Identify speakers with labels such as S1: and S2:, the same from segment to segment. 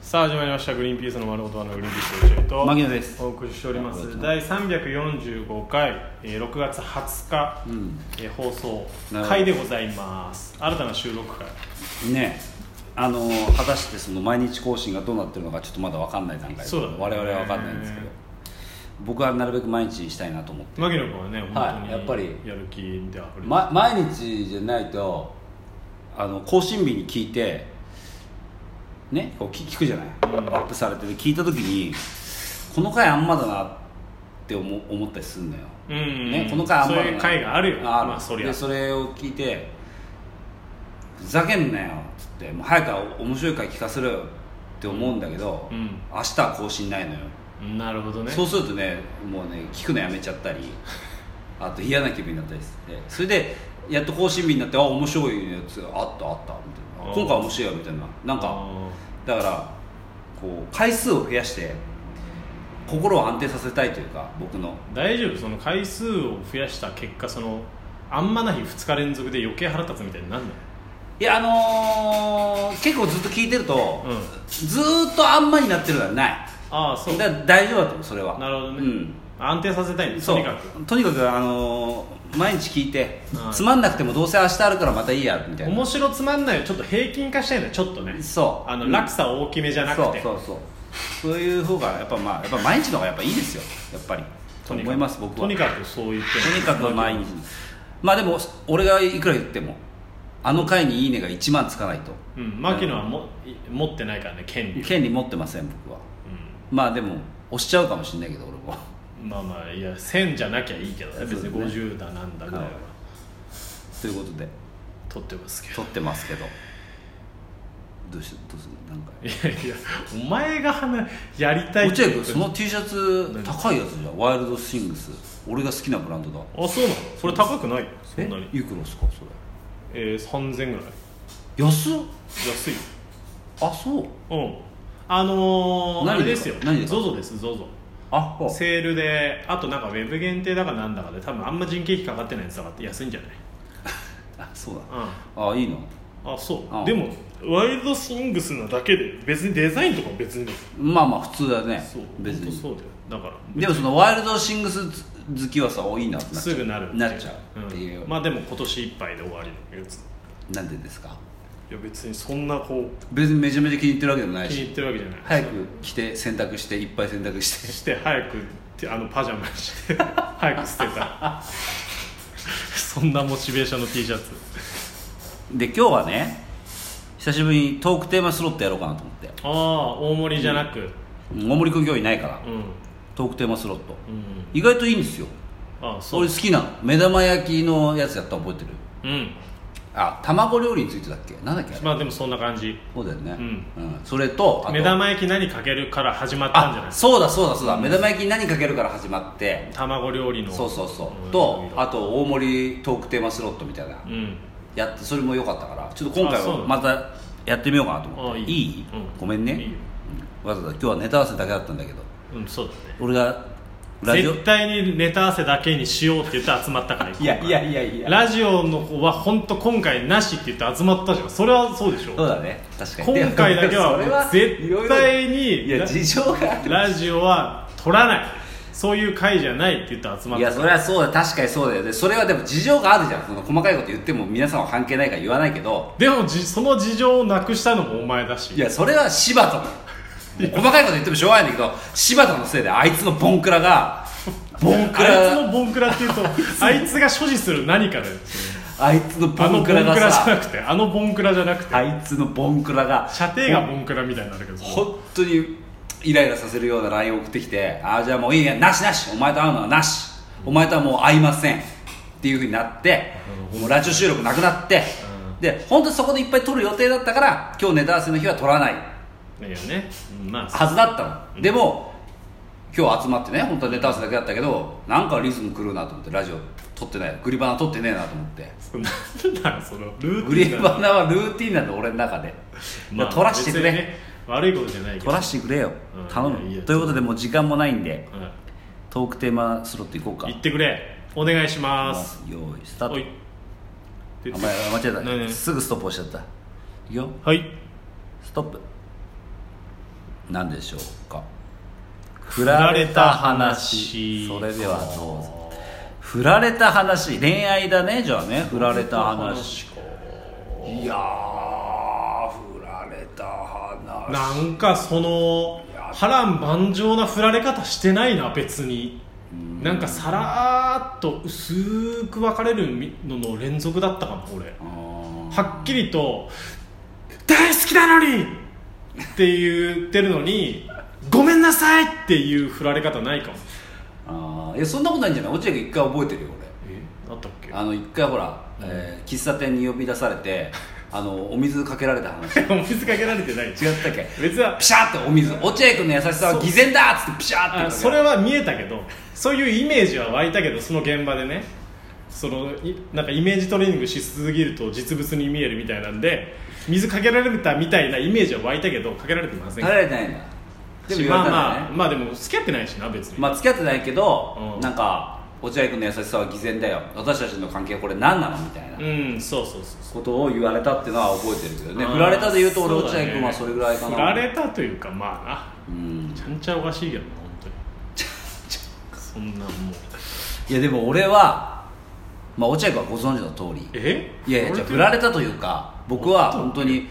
S1: さあ始まりました「グリーンピースの丸ごとのグリーンピースの宇宙と」
S2: 牧野です
S1: お送りしております第345回、えー6月20日、
S2: うん
S1: えー放送
S2: なるほど
S1: 回でございます新たな収録回
S2: ねあの果たしてその毎日更新がどうなってるのかちょっとまだ分かんない段階で
S1: そうだね
S2: 我々は分かんないんですけど
S1: ね
S2: 僕はなるべく毎日にしたいなと思って、
S1: 牧野君はね本当に、
S2: やっぱり
S1: やる気であふれて
S2: ま、毎日じゃないとあの更新日に聞いてねこう聞聞くじゃない、
S1: ん
S2: アップされてて聞いた時にこの回あんまだなって思思ったりするのよ、
S1: うんうんうん
S2: ね、この回あんまだな
S1: そういう回があるよ
S2: る
S1: まあそりゃ
S2: でそれを聞いてふざけんなよっつってもう早く面白い回聞かせろよって思うんだけど、
S1: うん
S2: 明日は更新ないのよ、
S1: なるほどね
S2: そうするとねもうね聞くのやめち ゃったりあと嫌な気分になったりしてそれでやっと更新日になってあ面白いやつあったあったみたい
S1: あ
S2: な
S1: ー
S2: 今回面白いよみたいななんか
S1: あ
S2: だからこう回数を増やして心を安定させたいというか僕の
S1: ー大丈夫その回数を増やした結果そのあんまない2日連続で余計腹立つみたいになんない
S2: いやあのー結構ずっと聞いてると、
S1: うん
S2: ずーっとあんまになってるのはない
S1: ああそう
S2: だから大丈夫だと思うそれは
S1: なるほどね、
S2: うん
S1: 安定させたいんだ
S2: そ
S1: と
S2: う
S1: にかく
S2: とにかくあのー毎日聞いて、
S1: うん
S2: つまんなくてもどうせ明日あるからまたいいやみたいな
S1: 面白つまんないをちょっと平均化したいんだよちょっとね
S2: そう
S1: あの
S2: うん
S1: 落差大きめじゃなくて
S2: そうそうそうそういう方がやっぱまあやっぱ毎日の方がやっぱいいですよやっぱり
S1: と
S2: と
S1: にかく
S2: 思います僕は
S1: とに
S2: と
S1: かくそう言ってる
S2: にかく毎日まあでも俺がいくら言ってもあの回に「いいね」が1万つかないと
S1: うん牧野はもい持ってないからね権利、
S2: 権利持ってません僕はまあでも押しちゃうかもしれないけど俺も
S1: うん、まあまあいや1000じゃなきゃいいけどね別に
S2: そうです
S1: 50だなんだぐらいは
S2: はいということで
S1: 取ってますけど
S2: 撮ってますけどどうしどうするなんか
S1: いやいやお前が話やりたい
S2: 落合
S1: 言
S2: 君
S1: うと
S2: その T シャツ高いやつじゃんワイルドシングス俺が好きなブランドだ
S1: あそうなのそれ高くないそんなに
S2: えいくらですかそれ
S1: えー、3000ぐらい
S2: 安っ
S1: 安い
S2: あそう
S1: うんあのー、あ
S2: 何
S1: れ
S2: で
S1: ですす
S2: か
S1: よ
S2: 何ですか
S1: ZOZO です ZOZO
S2: あほ
S1: セールであとなんかウェブ限定だかなんだかで多分あんま人件費かかってないやつだから安いんじゃない
S2: あそうだ
S1: う
S2: あいいの
S1: んあそう、
S2: うん
S1: でもワイルドシングスなだけで別にデザインとか別に
S2: まあまあ普通だね
S1: そう
S2: 別
S1: 本当
S2: に
S1: そうだよだから
S2: でもそのワイルドシングス好きはさおいいなってなっちゃ
S1: す
S2: う
S1: ぐなるっていう
S2: なっちゃうっていう、
S1: んまあでも今年いっぱいで終わりのやつい
S2: なんでですか
S1: や別にそんなこ
S2: 別にめちゃめちゃ気に入ってるわけでも
S1: う
S2: ない
S1: 気に
S2: し
S1: 入ってるわけじゃない
S2: 早く着て洗濯していっぱい洗濯して
S1: して早くってあのパジャマ して早く捨てた そんなモチベーションの T シャツ
S2: で今日はね久しぶりにトークテーマスロットやろうかなと思って
S1: ああ大盛りじゃなく
S2: 大森君今日いないから
S1: うん、うん
S2: トークテーマスロット意外といいんですよ
S1: ああそう
S2: 俺好きなの目玉焼きのやつやったら覚えてる
S1: うん
S2: あ卵料理についてだっけなんだっけあれ
S1: まあでもそんな感じ
S2: そうだよね、
S1: うん
S2: うんそれとあと
S1: 目玉焼き何かけるから始まったんじゃない
S2: あそうだそうだそうだ、目玉焼きに何かけるから始まって
S1: 卵料理の
S2: そうそうそう、
S1: ん
S2: とあと大盛りトークテーマスロットみたいな、
S1: うん
S2: やってそれも良かったからちょっと今回
S1: あそうな
S2: は
S1: の
S2: またやってみようかなと思っ
S1: あ
S2: て
S1: い
S2: い
S1: いうん
S2: ごめんね
S1: いいよ
S2: うんわざわざ今日はネタ合わせだけだったんだけど
S1: うんそうだね
S2: 俺がラジオ
S1: 絶対にネタ合わせだけにしようって言って集まったから
S2: いやいやいやいや
S1: ラジオの方は本当今回なしって言って集まったじゃんそれはそうでしょ
S2: そうだね確かに
S1: 今回だけは
S2: でも それはいろい
S1: 絶
S2: ろ
S1: 対に
S2: いや事情がある
S1: ラジオは取らないそういう回じゃないって言って集まっ
S2: い
S1: た
S2: やそれはそうだ確かにそうだよねそれはでも事情があるじゃんその細かいこと言っても皆さんは関係ないから言わないけど
S1: でもじその事情をなくしたのもお前だし
S2: いやそれは柴田の細かいこと言ってもしょうがないんだけど柴田のせいであいつのボンクラがボン
S1: あ
S2: ク
S1: いつ
S2: ラ
S1: のボンクラ っていうとあいつが所持する何かだよ
S2: あいつのボ
S1: あのボ
S2: ン
S1: ン
S2: ク
S1: クラ
S2: ラ
S1: じ
S2: が
S1: ゃな
S2: さ
S1: くてあのボンクラじゃなくて
S2: あいつのボンクラが
S1: 射程がボンクラみたいになるけどそ
S2: 本当にイライラさせるような LINE を送ってきて「ああじゃあもういいやなしなしお前と会うのはなしお前とはもう会いません」っていうふうになってもうラジオ収録なくなって、で本当にそこでいっぱい撮る予定だったから今日ネタ合わせの日は撮らない
S1: れいやね、うんまあ
S2: はずだったの、でも今日集まってね本当はネタ合わせだけだったけどなんかリズム狂うなと思ってラジオ撮ってないグリバナ撮ってねえなと思って
S1: そなんだろうそのルー
S2: グ
S1: ティ
S2: リ
S1: ン
S2: バナはルーティンなんだ俺の中で、
S1: まあ
S2: 撮らせてくれ、
S1: 別にね悪いことじゃないけ
S2: 撮
S1: ど
S2: らせてくれよ
S1: うん
S2: 頼む
S1: いやいや
S2: ということでもう時間もないんで
S1: うん
S2: トークテーマスロット行こうか
S1: 言ってくれお願いします
S2: 用意スタート
S1: おい
S2: あ間違えた、
S1: ねえねえ
S2: すぐストップ押しちゃったいくよ
S1: はい
S2: ストップ何でしょうか振
S1: られた話
S2: それではどうぞ振られた話恋愛だねじゃあね振られた話いやー振られた話
S1: なんかその波乱万丈な振られ方してないな別になんかさらーっと薄く分かれるのの連続だったかも俺はっきりと「大好きなのに!」って言ってるのに「ごめんなさい!」っていう振られ方ないかも
S2: あーいやそんなことないんじゃない落合君一回覚えてるよ俺
S1: えあったっけ
S2: あの一回ほら、えー喫茶店に呼び出されてあのお水かけられた話違っ
S1: お水かけられてない違
S2: たっけ
S1: 別は
S2: ピシャーってお水落合君の優しさは偽善だっつってピシャーって
S1: あそれは見えたけどそういうイメージは湧いたけどその現場でねそのいなんかイメージトレーニングしすぎると実物に見えるみたいなんで水かけられたみたいなイメージは湧いたけどかけられてません
S2: られてないんだでも言われ
S1: まあ
S2: たん
S1: ま
S2: だね
S1: あまあでも付き合ってないしな別に、
S2: まあ付き合ってないけど、
S1: うん
S2: なんか落合君の優しさは偽善だよ私たちの関係はこれ何なのみたいな
S1: うんそうそうそう
S2: ことを言われたっていうのは覚えてるけどね
S1: あー
S2: 振られたで言うと俺
S1: そ
S2: 落合
S1: だね
S2: 君はそれぐらいかな
S1: 振られたというかまあ
S2: うん
S1: なちゃんちゃおかしいけどな本当に そんなもう
S2: いやでも俺は、まあ、落合君はご存知の通り
S1: え
S2: いやいやじゃあ振られたというか僕は本当に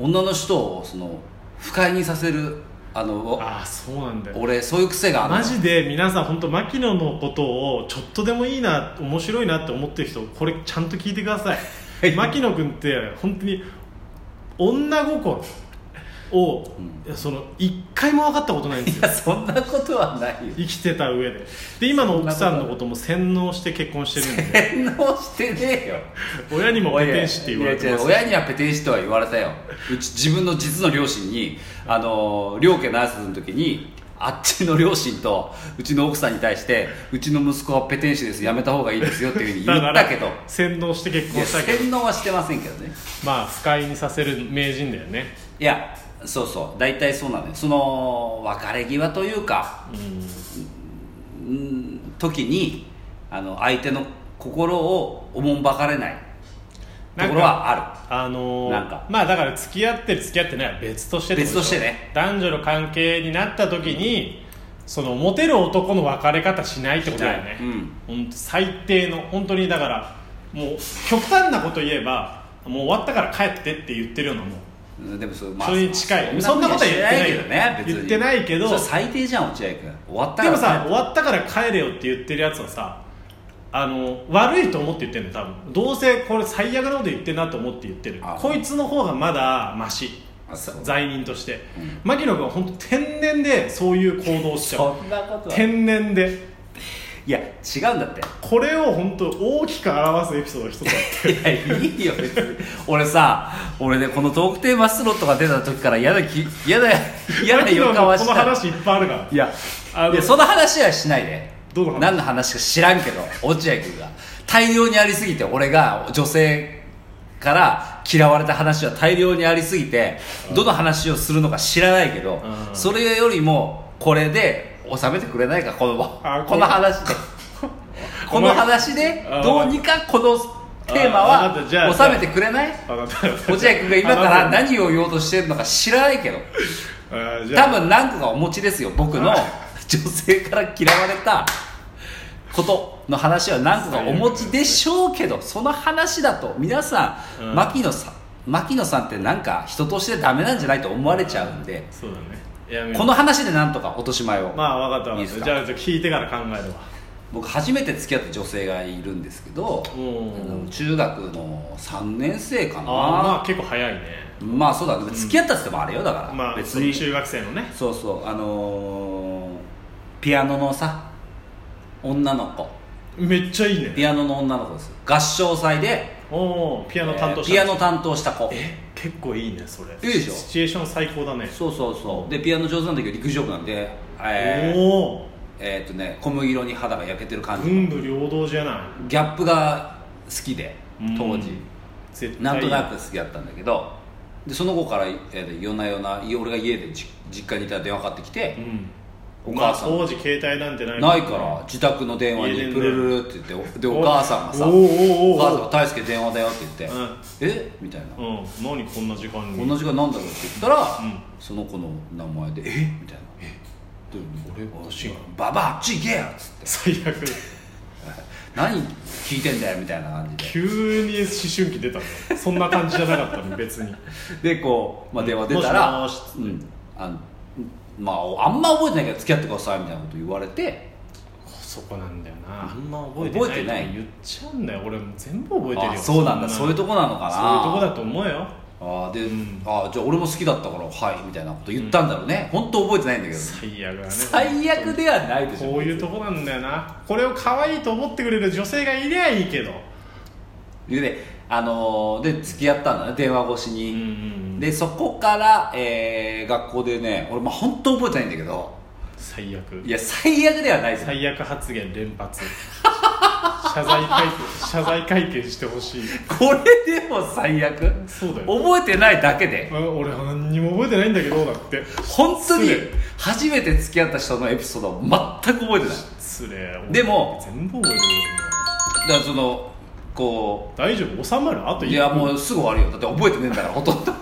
S2: 女の人をその不快にさせるあの
S1: ああそうなんだよ
S2: 俺そういう癖があるの
S1: マジで皆さん本当牧野のことをちょっとでもいいな面白いなって思ってる人これちゃんと聞いてください牧野君って本当に女心を、いやその一回も分かったことないんです
S2: い
S1: よ
S2: やそんなことはないよ
S1: 生きてた上でで今の奥さんのことも洗脳して結婚してるんで
S2: 返納してねえよ
S1: 親にもペテン師って言われてます
S2: いや違う親にはペテン師とは言われたようち自分の実の両親にあの両家の挨拶の時にあっちの両親とうちの奥さんに対してうちの息子はペテン師ですやめた方がいいですよっていうふうに言
S1: だか
S2: っ
S1: ら
S2: たけどい
S1: 洗脳して結婚
S2: や
S1: したけど
S2: 洗脳はしてませんけどね
S1: まあ不快にさせる名人だよね
S2: いやそうそう大体そうなのよその別れ際というか
S1: うん
S2: うん時にあの相手の心をおもんばかれないところはある
S1: あのー
S2: なんか
S1: まあだから付き合ってる付き合ってないは別としてってことでょ
S2: 別としてね
S1: 男女の関係になった時にそのモテる男の別れ方しないってことだよね
S2: しないうん
S1: ほんと最低の本当にだからもう極端なこと言えばもう終わったから帰ってって言ってるようなもん
S2: うんでもそれ,、
S1: それに近いそんなことは言ってない
S2: けどね別に
S1: 言ってないけど
S2: それ最低じゃん落合君終わ
S1: で
S2: ったから
S1: もさ終わったから帰れよって言ってるやつはさあの悪いと思って言ってるの多分どうせこれ最悪なこと言ってんなと思って言ってる
S2: あ
S1: こいつの方がまだマシ
S2: あそう
S1: 罪人として、
S2: うん
S1: 牧野君は本当天然でそういう行動をしちゃ
S2: そ
S1: うん
S2: なことはい
S1: 天然で
S2: や違うんだって
S1: これを本当大きく表すエピソードが 一つあって
S2: いやいいよ別に俺さ俺ねこのトークテーマスロットが出た時から嫌なき嫌だ嫌な
S1: 牧
S2: 予
S1: 野
S2: 感
S1: の
S2: は
S1: こ
S2: し
S1: の
S2: た
S1: 話いっぱいあるから
S2: いや
S1: あの
S2: いやその話はしないで
S1: どの話
S2: 何の話か知らんけど落合君が大量にありすぎて俺が女性から嫌われた話は大量にありすぎてどの話をするのか知らないけど
S1: うん
S2: それよりもこれで収めてくれないかこ
S1: あ
S2: の
S1: こ
S2: こ
S1: れ
S2: の話 でこの話で
S1: あ
S2: どうにかこのテーマ
S1: あわかったじゃ
S2: は
S1: あ
S2: 収めてくれない
S1: あなた
S2: 落合君が今か
S1: あ
S2: ら
S1: なた
S2: 何を言おうとしてるのか知らないけど
S1: あじゃあ
S2: 多分何個かお持ちですよ僕の
S1: あ
S2: 女性から嫌われたことの話は何個かお持ちでしょうけどその話だと皆さん、
S1: うん
S2: 牧野さん牧野さんってなんか人としてダメなんじゃないと思われちゃうんで、
S1: そうだねいや
S2: この話でなんとか落とし前を、
S1: まあ分かった分
S2: いい
S1: かった
S2: ですか
S1: じゃあじゃあ聞いてから考えるわ
S2: 僕初めて付き合った女性がいるんですけど、
S1: うん
S2: あの中学の3年生かな
S1: ああまあ結構早いね
S2: まあそうだね付き合ったって言ってもあれよだから、
S1: まあ
S2: 別
S1: 別
S2: に
S1: に中学生のね
S2: そうそうあのーピアノのさ女の子
S1: めっちゃいいね
S2: ピアノの女の子です合唱祭で
S1: おおピアノ担当した
S2: えーピアノ担当した子
S1: え結構いいねそれ
S2: いいでしょ
S1: シチュエーション最高だね
S2: そうそうそうでピアノ上手なんだけど陸上部なんでえー、
S1: おお
S2: えーっとね小麦色に肌が焼けてる感じ、
S1: 文武両道じゃない
S2: ギャップが好きで当時、
S1: うん絶対
S2: なんとな
S1: く
S2: く好きだったんだけどでその子から、えー夜な夜な俺が家でじ実家にいたら電話かかってきて、
S1: うん
S2: お母さん
S1: まあ当時携帯なんてないもん
S2: ないから自宅の電話
S1: 家電
S2: に
S1: で
S2: プルルルって言ってでお母さんがさ
S1: おーおーおー
S2: お母さんが「大輔電話だよ」って言って
S1: うん
S2: 「えみたいな「
S1: うん何こんな時間に
S2: 同じがなんだろう?」って言ったら
S1: うん
S2: その子の名前で「えみたいな「えで俺
S1: 私が
S2: ババアあっち行けよ」っつって
S1: 最悪
S2: 「何聞いてんだよ」みたいな感じで
S1: 急に思春期出たのそんな感じじゃなかったの別に
S2: でこう、まあ、電話出たら
S1: もしもし
S2: 「うんあのまああんま覚えてないけど付き合ってください」みたいなこと言われて
S1: そこなんだよな
S2: あ
S1: あ
S2: ん
S1: ん
S2: ま
S1: ま
S2: 覚
S1: 覚え
S2: えて
S1: て
S2: な
S1: ないいって言っちゃうんだよ俺も全部覚えてる
S2: あ
S1: よ
S2: そうなんだ
S1: な
S2: そういうとこなのかな
S1: そういうとこだと思えよ
S2: あーで、
S1: うん
S2: あーじゃあ俺も好きだったからはいみたいなこと言ったんだろうね、本当覚えてないんだけど
S1: 最悪だね
S2: 最悪ではないでしょ
S1: こういうとこなんだよなこれを可愛いと思ってくれる女性がいりゃいいけど
S2: で、あのーで付き合ったんだね電話越し
S1: うんう
S2: に、
S1: ん
S2: でそこから、えー学校でね俺まあ本当覚えてないんだけど
S1: 最悪
S2: いや最悪ではないですよ
S1: 最悪発言連発謝罪会見謝罪会見してほしい
S2: これでも最悪
S1: そうだよ
S2: 覚えてないだけで
S1: あ俺何にも覚えてないんだけどだって
S2: 本当に
S1: 失礼
S2: 初めて付き合った人のエピソードを全く覚えてない
S1: 失礼
S2: でも
S1: 全部覚えてるよ
S2: だからそのこ
S1: 大丈夫収まるあと
S2: う
S1: 1
S2: いやも
S1: う
S2: うすぐ終わるよだって覚えてねえんだからほとんどで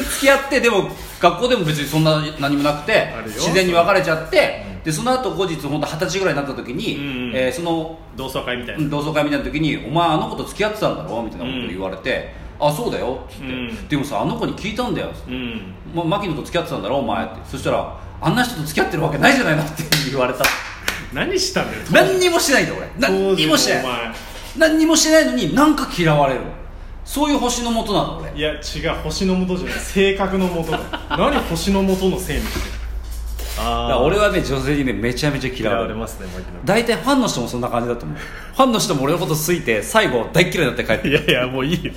S2: 付き合ってでも学校でも別にそんな何もなくて
S1: あるよ
S2: 自然に別れちゃって、
S1: うん
S2: でその後後日本当二十歳ぐらいになった時に、
S1: うんうん
S2: えーその
S1: 同窓会みたいな、
S2: うん同窓会みたいな時に「お前あの子と付き合ってたんだろ?」みたいなこと言われて「あそうだよ」っつって、
S1: うん
S2: でもさあの子に聞いたんだよ」つって
S1: うん
S2: ま牧野と付き合ってたんだろお前」ってそしたら「あんな人と付き合ってるわけないじゃないの」って言われた
S1: 何したんだよ
S2: 何にもしてないんだ俺何にもしてない
S1: い
S2: 何にもしてないのになんか嫌われるそういう星のもとなの俺
S1: いや違う星の元じゃない性格の元だ 何星の元のせいにしてる
S2: だから
S1: あ
S2: 俺はね女性にねめちゃめちゃ嫌われる
S1: ますねマキ
S2: 大体ファンの人もそんな感じだと思うファンの人も俺のこと好いて最後大っ嫌いになって帰って
S1: いやいやもういいよ